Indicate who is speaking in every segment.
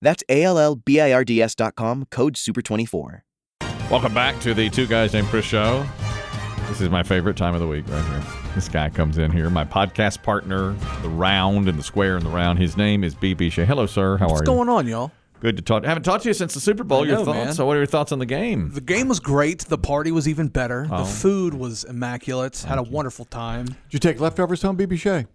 Speaker 1: That's A L L B I R D S dot com, code SUPER24.
Speaker 2: Welcome back to the Two Guys Named Chris show. This is my favorite time of the week right here. This guy comes in here, my podcast partner, the round and the square and the round. His name is BB Shea. Hello, sir. How
Speaker 3: What's
Speaker 2: are
Speaker 3: going on, y'all?
Speaker 2: you? Good to talk. haven't talked to you since the Super Bowl.
Speaker 3: I
Speaker 2: your
Speaker 3: know,
Speaker 2: thoughts?
Speaker 3: man.
Speaker 2: So, what are your thoughts on the game?
Speaker 3: The game was great. The party was even better.
Speaker 2: Oh.
Speaker 3: The food was immaculate. Had a wonderful time.
Speaker 4: Did you take leftovers home, BB Shea?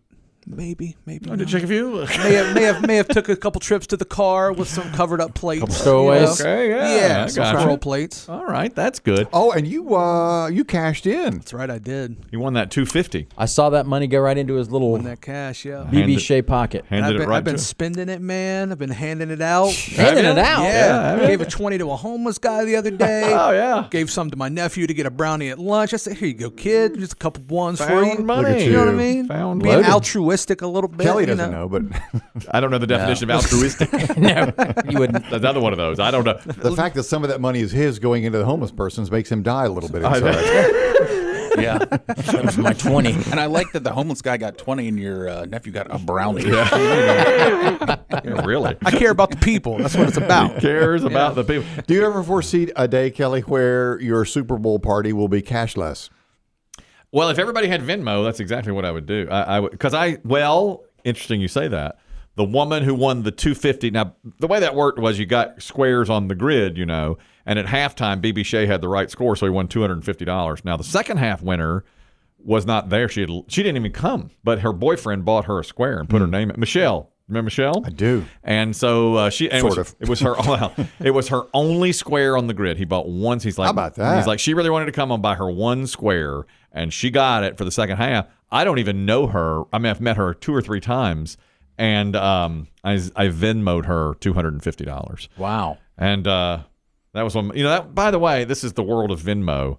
Speaker 3: Maybe, maybe.
Speaker 2: Oh, Did
Speaker 3: not.
Speaker 2: you check a few?
Speaker 3: may have may have may have took a couple trips to the car with some covered up plates.
Speaker 4: Couple stowaways.
Speaker 3: you know?
Speaker 2: Okay, yeah, I
Speaker 3: Yeah, some
Speaker 2: gotcha.
Speaker 3: scroll plates.
Speaker 2: All right, that's good.
Speaker 4: Oh, and you uh you cashed in.
Speaker 3: That's right, I did.
Speaker 2: You won that 250.
Speaker 5: I saw that money go right into his little
Speaker 3: Won that cash, yeah.
Speaker 2: Handed it-
Speaker 5: BB Shea pocket.
Speaker 2: Handed
Speaker 3: I've
Speaker 2: it
Speaker 3: been,
Speaker 2: right
Speaker 3: I've been
Speaker 2: to
Speaker 3: spending it, man. I've been handing it out.
Speaker 5: Handing it out.
Speaker 3: Yeah, gave a twenty to a homeless guy the other day.
Speaker 2: Oh, yeah.
Speaker 3: Gave some to my nephew to get a brownie at lunch. I said, "Here you go, kid. Just a couple ones for
Speaker 2: Found
Speaker 3: you."
Speaker 2: money.
Speaker 4: at
Speaker 3: You know what I
Speaker 4: you.
Speaker 3: mean?
Speaker 2: Found
Speaker 3: Being
Speaker 2: loaded.
Speaker 3: altruistic a little bit.
Speaker 4: Kelly
Speaker 3: you
Speaker 4: doesn't know, but
Speaker 2: I don't know the definition of altruistic.
Speaker 5: no, you wouldn't.
Speaker 2: That's another one of those. I don't know.
Speaker 4: the fact that some of that money is his going into the homeless persons makes him die a little bit
Speaker 2: I know.
Speaker 4: inside.
Speaker 6: Yeah.
Speaker 5: That was my 20.
Speaker 6: and I like that the homeless guy got 20 and your uh, nephew got a brownie.
Speaker 2: Yeah, really.
Speaker 3: I care about the people. That's what it's
Speaker 2: Who
Speaker 3: about.
Speaker 2: cares about the people?
Speaker 4: Do you ever foresee a day, Kelly, where your Super Bowl party will be cashless?
Speaker 2: Well, if everybody had Venmo, that's exactly what I would do. I, I would because I well, interesting you say that. The woman who won the 250. Now, the way that worked was you got squares on the grid, you know, and at halftime, BB Shea had the right score, so he won $250. Now, the second half winner was not there. She had, she didn't even come, but her boyfriend bought her a square and put her name. Michelle, remember Michelle? I
Speaker 4: do.
Speaker 2: And so uh, she and
Speaker 4: Sort
Speaker 2: it was,
Speaker 4: of.
Speaker 2: It was her. oh, well, it was her only square on the grid. He bought once. He's like,
Speaker 4: How about that?
Speaker 2: He's like, she really wanted to come on by her one square, and she got it for the second half. I don't even know her. I mean, I've met her two or three times, and um, I, I Venmoed her two hundred and fifty dollars,
Speaker 5: Wow.
Speaker 2: and uh, that was one. You know, that by the way, this is the world of Venmo.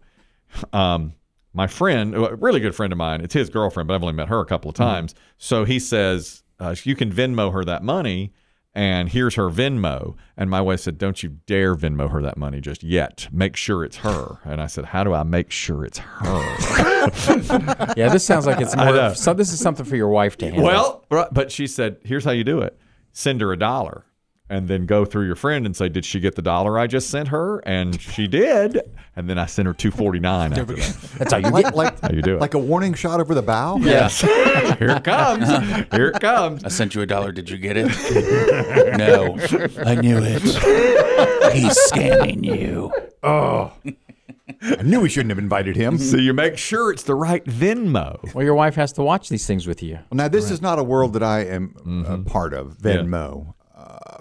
Speaker 2: Um, my friend, a really good friend of mine, it's his girlfriend, but I've only met her a couple of times. So he says, uh, "You can Venmo her that money." And here's her Venmo. And my wife said, Don't you dare Venmo her that money just yet. Make sure it's her. And I said, How do I make sure it's her?
Speaker 5: Yeah, this sounds like it's
Speaker 2: know.
Speaker 5: more. So this is something for your wife to handle.
Speaker 2: Well, right, but she said, here's how you do it send her a dollar and then go through your friend and say, did she get the dollar I just sent her? And she did. And then I sent her 249 after that.
Speaker 5: that's how you
Speaker 4: Like like
Speaker 2: How you do it.
Speaker 4: like a warning shot over the bow?
Speaker 2: Yes. Here it comes. Here it comes.
Speaker 6: I sent you a dollar. Did you get it? no. I knew it. He's scamming you.
Speaker 4: I knew we shouldn't have invited him.
Speaker 2: So you make sure it's the right Venmo.
Speaker 5: Well, your wife has to watch these things with you.
Speaker 4: Now, this is not a world that I am a part of, Venmo. Uh,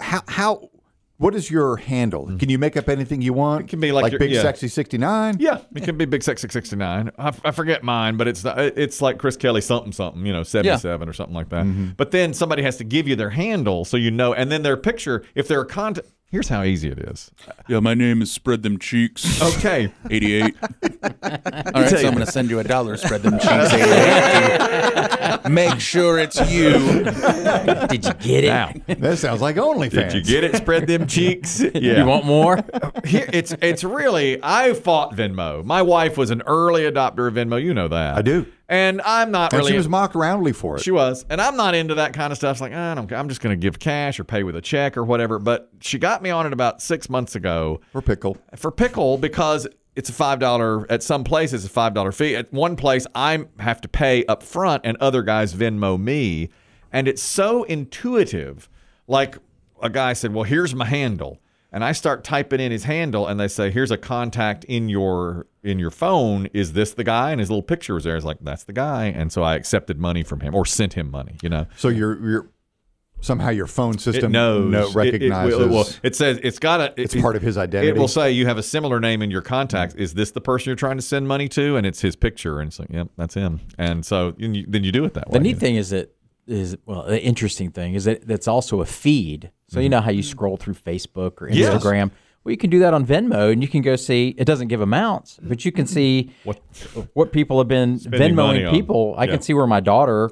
Speaker 4: how, how, what is your handle? Can you make up anything you want? Mm. It
Speaker 2: can be like your-
Speaker 4: Big
Speaker 2: yeah.
Speaker 4: Sexy 69?
Speaker 2: Yeah, it can be Big Sexy 69. I, I forget mine, but it's not, it's like Chris Kelly something something, you know, 77 or something like that.
Speaker 4: Mm-hmm.
Speaker 2: But then somebody has to give you their handle so you know, and then their picture, if they're a contact. Here's how easy it is.
Speaker 6: Yeah, my name is Spread Them Cheeks.
Speaker 2: Okay.
Speaker 6: 88. All right, so I'm going to send you a dollar. Spread them cheeks. 88. Make sure it's you.
Speaker 5: Did you get it?
Speaker 2: Now,
Speaker 4: That sounds like OnlyFans.
Speaker 2: did you get it? Spread them cheeks. Yeah.
Speaker 5: You want more?
Speaker 2: Here- it's it's really I fought Venmo. My wife was an early adopter of Venmo. You know that.
Speaker 4: I do.
Speaker 2: And I'm not
Speaker 4: And
Speaker 2: really.
Speaker 4: she was mocked roundly for it.
Speaker 2: She was, and I'm not into that kind of stuff. It's like, "Ah, I don't, I'm just going to give cash or pay with a check or whatever. But she got me on it about six months ago
Speaker 4: for pickle.
Speaker 2: for pickle because it's a five dollar at some place. It's a five dollar fee. At one place, I have to pay up front, and other guys Venmo me, and it's so intuitive. Like a guy said, "Well, here's my handle," and I start typing in his handle, and they say, "Here's a contact in your in your phone. Is this the guy?" And his little picture was there. It's like that's the guy, and so I accepted money from him or sent him money. You know.
Speaker 4: So your your somehow your phone
Speaker 2: It
Speaker 4: system
Speaker 2: knows.
Speaker 4: no-
Speaker 2: It-
Speaker 4: recognizes.
Speaker 2: It, will- it, will- it says it's got a.
Speaker 4: It's part of his
Speaker 2: It
Speaker 4: identity.
Speaker 2: will say you have a similar name in your contacts. Is this the person you're trying to send money to? And it's his picture, and it's like, yep, that's him. And so and you, then you do it that way.
Speaker 5: The neat thing is that is well, the interesting thing is that that's also a feed. So you know how you scroll through Facebook or
Speaker 2: Mm-hmm. Yes.
Speaker 5: Instagram. Well, you can do that on Venmo, and you can go see. It doesn't give amounts, but you can see
Speaker 2: What-
Speaker 5: what people have been
Speaker 2: Spending money
Speaker 5: Venmoing
Speaker 2: on.
Speaker 5: people. I
Speaker 2: Yeah. Mm.
Speaker 5: can see where my daughter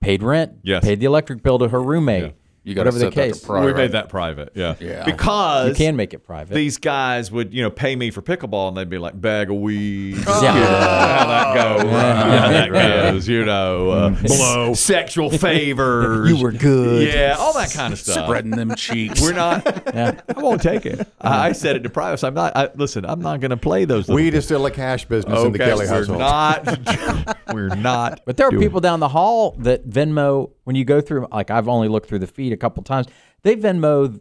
Speaker 5: paid rent,
Speaker 2: Yes.
Speaker 5: paid the electric bill to her roommate.
Speaker 6: You gotta
Speaker 5: whatever the
Speaker 6: set that to
Speaker 5: case.
Speaker 6: private.
Speaker 2: we made that private. Yeah.
Speaker 6: Yeah.
Speaker 2: Because
Speaker 5: You can make it private.
Speaker 2: these guys would, you know, pay me for pickleball and they'd be like, bag of weed.
Speaker 5: Oh. Yeah.
Speaker 2: How that goes. How that goes. You know, uh, Blow. sexual favors.
Speaker 5: Mm. You were good.
Speaker 2: Yeah, all that kind of stuff.
Speaker 6: spreading them cheeks.
Speaker 2: We're not. I won't take it. I, I said it to privacy. I'm not. I, listen, I'm not going to play those.
Speaker 4: Weed is still a cash business in the
Speaker 2: Okay,
Speaker 4: Kelly
Speaker 2: we're
Speaker 4: household.
Speaker 2: not. we're not.
Speaker 5: But there are
Speaker 2: doing
Speaker 5: people down the hall that Venmo when you go through. Like I've only looked through the feed a couple times. They Venmo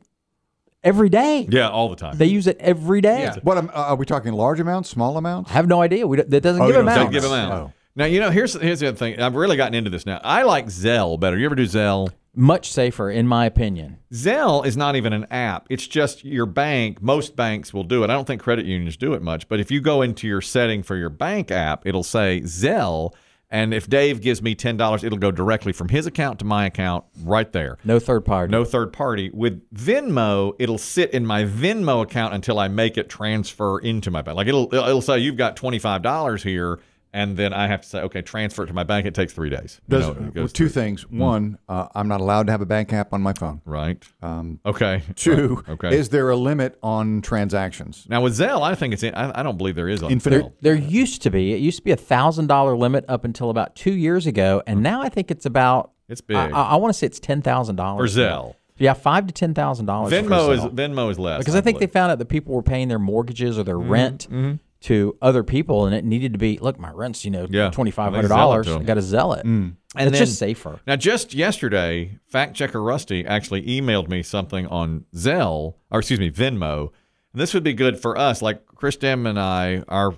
Speaker 5: every day.
Speaker 2: it. Yeah, all the time.
Speaker 5: They use it every day.
Speaker 4: What am- uh, are we talking? Large amounts, small amounts?
Speaker 5: I have no idea. We don't, that doesn't
Speaker 4: Oh,
Speaker 5: give
Speaker 4: you don't
Speaker 5: amounts.
Speaker 2: Don't give them out.
Speaker 4: Oh.
Speaker 2: Now you know. Here's here's the other thing. I've really gotten into this now. I like Zelle better. You ever do Zelle?
Speaker 5: Much safer, in my opinion.
Speaker 2: Zelle is not even an app. It's just your bank. Most banks will do it. I don't think credit unions do it much. But if you go into your setting for your bank app, it'll say Zelle. And if Dave gives me ten dollars, it'll go directly from his account to my account right there.
Speaker 5: No third party.
Speaker 2: No third party. With Venmo, it'll sit in my Venmo account until I make it transfer into my bank. Like it'll it'll say you've got twenty five dollars here, and then I have to say okay, transfer it to my bank. It takes three days. You
Speaker 4: Does,
Speaker 2: know, it goes
Speaker 4: two things. One, uh, I'm not allowed to have a bank app on my phone.
Speaker 2: through. right. okay.
Speaker 4: um, Two,
Speaker 2: Right. Okay.
Speaker 4: is there a limit on transactions?
Speaker 2: now with Zelle, I think it's. In, I, I don't believe there is on
Speaker 4: Infinite.
Speaker 2: Zelle.
Speaker 5: There used to be. It used to be a thousand dollar limit up until about two years ago, and now I think it's about.
Speaker 2: It's big.
Speaker 5: I, want to say it's ten thousand dollars
Speaker 2: For Zelle.
Speaker 5: Yeah, five to ten thousand dollars.
Speaker 2: Venmo is Venmo is less
Speaker 5: because I think they
Speaker 2: believe.
Speaker 5: found out that people were paying their mortgages or their
Speaker 2: Mm-hmm,
Speaker 5: rent to other people, and it needed to be look, my rent's you know
Speaker 2: Yeah.
Speaker 5: twenty five hundred
Speaker 2: Well, they
Speaker 5: dollars.
Speaker 2: zell it to Mm.
Speaker 5: I
Speaker 2: 'em.
Speaker 5: got to sell it, and it's just safer.
Speaker 2: Now, just yesterday, fact checker Rusty actually emailed me something on Zelle, or excuse me, Venmo. And this would be good for us. Like Chris Dem and I, our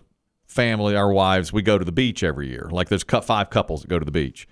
Speaker 2: family, our wives, we go to the beach every year. Like there's cu- five couples that go to the beach.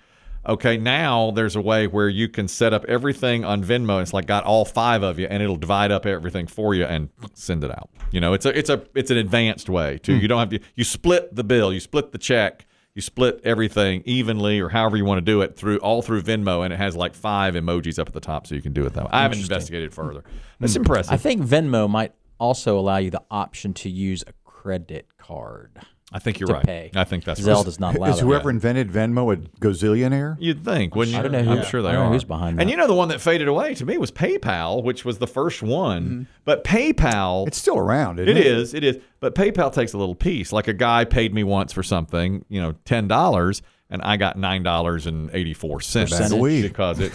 Speaker 2: Okay, now there's a way where you can set up everything on Venmo. It's like got all five of you, and it'll divide up everything for you and send it out. You know, it's a it's a it's an advanced way too. You don't have to you split the bill, you split the check, you split everything evenly or however you want to do it through all through Venmo, and it has like five emojis up at the top, so you can do it that way. I haven't investigated further. That's impressive.
Speaker 5: Hmm. I think Venmo might also allow you the option to use a credit card.
Speaker 2: I think you're
Speaker 5: to
Speaker 2: right.
Speaker 5: pay.
Speaker 2: I think that's
Speaker 5: Zelle does not allow
Speaker 4: Is
Speaker 5: that.
Speaker 4: whoever invented Venmo a gazillionaire?
Speaker 2: You'd think, wouldn't you?
Speaker 5: I don't know who-
Speaker 2: I'm sure they
Speaker 5: I don't know
Speaker 2: are.
Speaker 5: who's behind
Speaker 2: And
Speaker 5: that.
Speaker 2: you know the one that faded away to me was PayPal, which was the first one.
Speaker 5: Mm-hmm.
Speaker 2: But PayPal,
Speaker 4: It's still around, isn't
Speaker 2: it
Speaker 4: it?
Speaker 2: is, it is. But PayPal takes a little piece. Like a guy paid me once for something, you know, ten dollars, and I got nine dollars and eighty four cents
Speaker 4: Bag of weed.
Speaker 2: because it.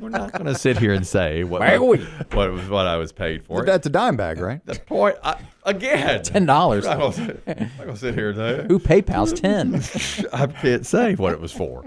Speaker 2: we're not going to sit here and say what
Speaker 5: Bag of weed.
Speaker 2: what was what I was paid for.
Speaker 4: That's a dime bag, right?
Speaker 2: the point I, again.
Speaker 5: Ten dollars.
Speaker 2: I'm not going to sit here and say it.
Speaker 5: Who PayPal's ten?
Speaker 2: I can't say what it was for.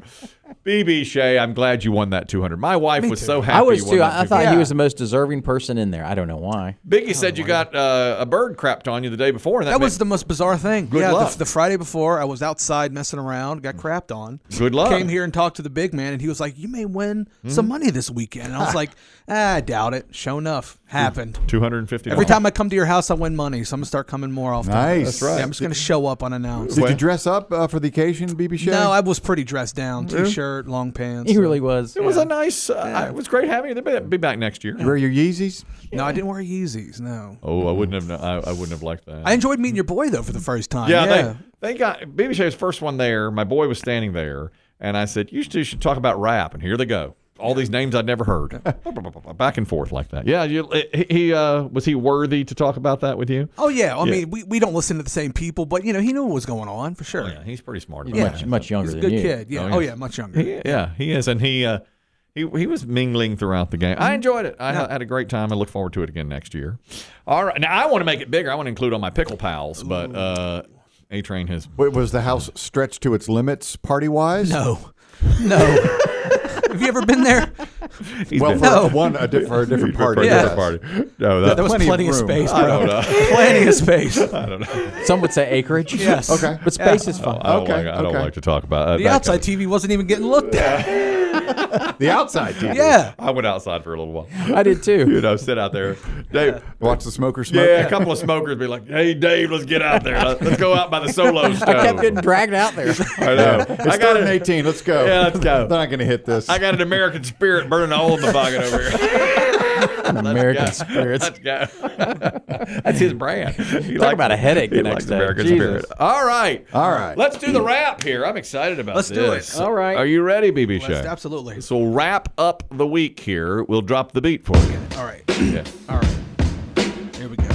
Speaker 2: BB Shay, I'm glad you won that 200. My wife was so happy.
Speaker 5: I was
Speaker 2: when
Speaker 5: too.
Speaker 2: that
Speaker 5: I, I
Speaker 2: 200
Speaker 5: thought he was Oh the most deserving person in there. I don't know why.
Speaker 2: Biggie said you got uh, a bird crapped on you the day before, and that,
Speaker 3: That was
Speaker 2: meant-
Speaker 3: the most bizarre thing.
Speaker 2: Good
Speaker 3: yeah,
Speaker 2: luck.
Speaker 3: The, the Friday before, I was outside messing around, got crapped on.
Speaker 2: Good luck.
Speaker 3: Came here and talked to the big man, and he was like, "You may win some money this weekend." And I was like, ah, "I doubt it." Sure enough, happened.
Speaker 2: 250.
Speaker 3: Every time I come to your house, I win money, so I'm gonna start coming more often.
Speaker 4: Nice. That's right.
Speaker 3: Yeah, I'm just gonna show up unannounced.
Speaker 4: Did you dress up uh, for the occasion, BB Shay?
Speaker 3: No, I was pretty dressed down, t-shirt, long pants.
Speaker 5: He really was.
Speaker 2: It was a nice. Uh, It was great having you. They'll be- be back next year.
Speaker 4: Wear your Yeezys?
Speaker 3: No, I didn't wear Yeezys. No,
Speaker 2: Oh, I wouldn't have. kno- I, I wouldn't have liked that.
Speaker 3: I enjoyed meeting your boy though for the first time.
Speaker 2: yeah,
Speaker 3: Yeah,
Speaker 2: They, they got BB Shay's first one there. My boy was standing there, and I said, "You two should talk about rap." And here they go. All these names I'd never heard, back and forth like that. Yeah, you, he- he uh, was he worthy to talk about that with you?
Speaker 3: Oh yeah, I mean we, we don't listen to the same people, but you know he knew what was going on for sure.
Speaker 2: Oh, Yeah, he's pretty smart. about
Speaker 5: He's
Speaker 2: that.
Speaker 5: much much younger
Speaker 3: He's a
Speaker 5: than
Speaker 3: good
Speaker 5: you.
Speaker 3: kid. Yeah.
Speaker 2: Oh,
Speaker 3: Oh,
Speaker 2: yeah.
Speaker 3: yeah, much younger.
Speaker 2: He, yeah, he is, and he uh, he he was mingling throughout the game.
Speaker 4: Mm-hmm.
Speaker 2: I enjoyed it. I had a great time. I look forward to it again next year. All right, now I want to make it bigger. I want to include all my pickle pals, but uh, A Train has.
Speaker 4: Wait, was the house stretched to its limits party wise?
Speaker 3: No, no. Have you ever been there?
Speaker 2: he's
Speaker 4: Well,
Speaker 2: been-
Speaker 4: for, one, a di- for a different party.
Speaker 2: for
Speaker 3: Yeah.
Speaker 2: another party. No, that,
Speaker 3: There was
Speaker 4: Plenty
Speaker 3: plenty,
Speaker 4: of
Speaker 3: of,
Speaker 4: room.
Speaker 3: space,
Speaker 2: I
Speaker 3: bro.
Speaker 2: don't know.
Speaker 3: Plenty of space. I
Speaker 5: Some would say acreage. yes.
Speaker 4: Okay.
Speaker 5: But space is fine.
Speaker 2: I don't,
Speaker 4: Okay,
Speaker 2: like, I don't
Speaker 4: okay.
Speaker 2: like to talk about uh, it.
Speaker 3: The outside TV wasn't even getting looked at.
Speaker 4: The outside TV.
Speaker 3: Yeah.
Speaker 2: I went outside for a little while.
Speaker 5: I did
Speaker 2: You
Speaker 5: too.
Speaker 2: know, sit out there. Dave,
Speaker 4: Watch the smoker smoke.
Speaker 2: yeah, a couple of smokers be like, "Hey, Dave, let's get out there. Let's go out by the solo stove."
Speaker 5: I kept getting dragged out there.
Speaker 2: I know.
Speaker 4: It's
Speaker 2: I got
Speaker 4: third and
Speaker 2: it.
Speaker 4: 18. Let's go.
Speaker 2: Yeah, let's go.
Speaker 4: They're not going to hit this.
Speaker 2: I got an American spirit burning all in the bucket over here.
Speaker 5: American spirits.
Speaker 2: Let's go. That's his brand. He
Speaker 5: Talk about a headache the
Speaker 2: he
Speaker 5: next
Speaker 2: likes
Speaker 5: day.
Speaker 2: American
Speaker 5: Jesus.
Speaker 2: spirit. All right.
Speaker 4: All right.
Speaker 2: Let's do the wrap here. I'm excited about
Speaker 3: Let's do it.
Speaker 2: this.
Speaker 5: All right.
Speaker 2: Are you ready, BB Show?
Speaker 3: Let's- absolutely.
Speaker 2: So we'll wrap up the week here. We'll drop the beat for you.
Speaker 3: All right.
Speaker 2: Yeah.
Speaker 3: All right. Here we go.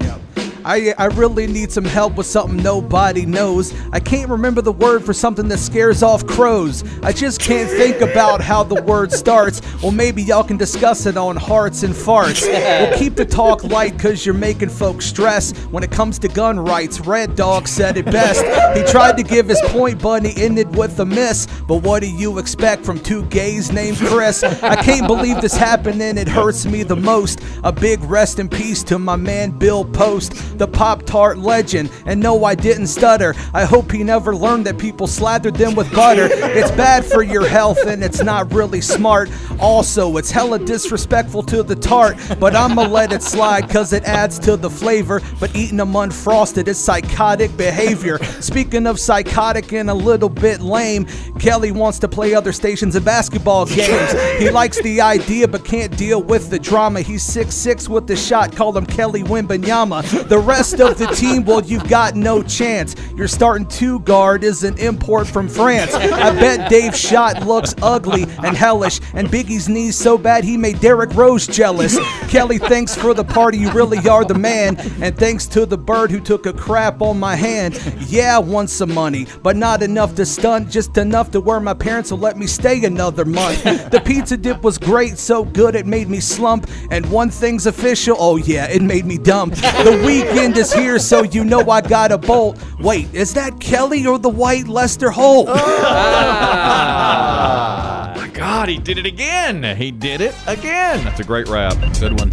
Speaker 3: Yep. I, I really need some help with something nobody knows. I can't remember the word for something that scares off crows. I just can't think about how the word starts. Well, maybe y'all can discuss it on Hearts and Farts. We'll keep the talk light because you're making folks stress. When it comes to gun rights, Red Dog said it best. He tried to give his point, but he ended with a miss. But what do you expect from two gays named Chris? I can't believe this happened and it hurts me the most. A big rest in peace to my man Bill Post, the Pop Tart legend. And no, I didn't stutter. I hope he never learned that people slathered them with butter. It's bad for your health and it's not really smart. Also, it's hella disrespectful to the tart, but I'ma let it slide cause it adds to the flavor. But eating them unfrosted is psychotic behavior. Speaking of psychotic and a little bit lame, Kelly wants to play other stations in basketball games. He likes the idea but can't deal with the drama. He's 6'6 with the shot, call him Kelly Wimbanyama. The rest of the team, well, you've got no chance. Your starting two guard is an import from France. I bet Dave's shot looks ugly and hellish, and Biggie's knees so bad he made Derrick Rose jealous. Kelly, thanks for the party, you really are the man, and thanks to the bird who took a crap on my hand. Yeah, I won some money, but not enough to stun, just enough to where my parents will let me stay another month. The pizza dip was great, so good it made me slump, and one thing's official, oh yeah, it made me dump. The weekend is here, so you know I got a bolt. Wait, is that Kelly or the white Lester Holt?
Speaker 2: Ah.
Speaker 5: Ah.
Speaker 2: My God, he did it again. He did it again. That's a great wrap.
Speaker 6: Good one.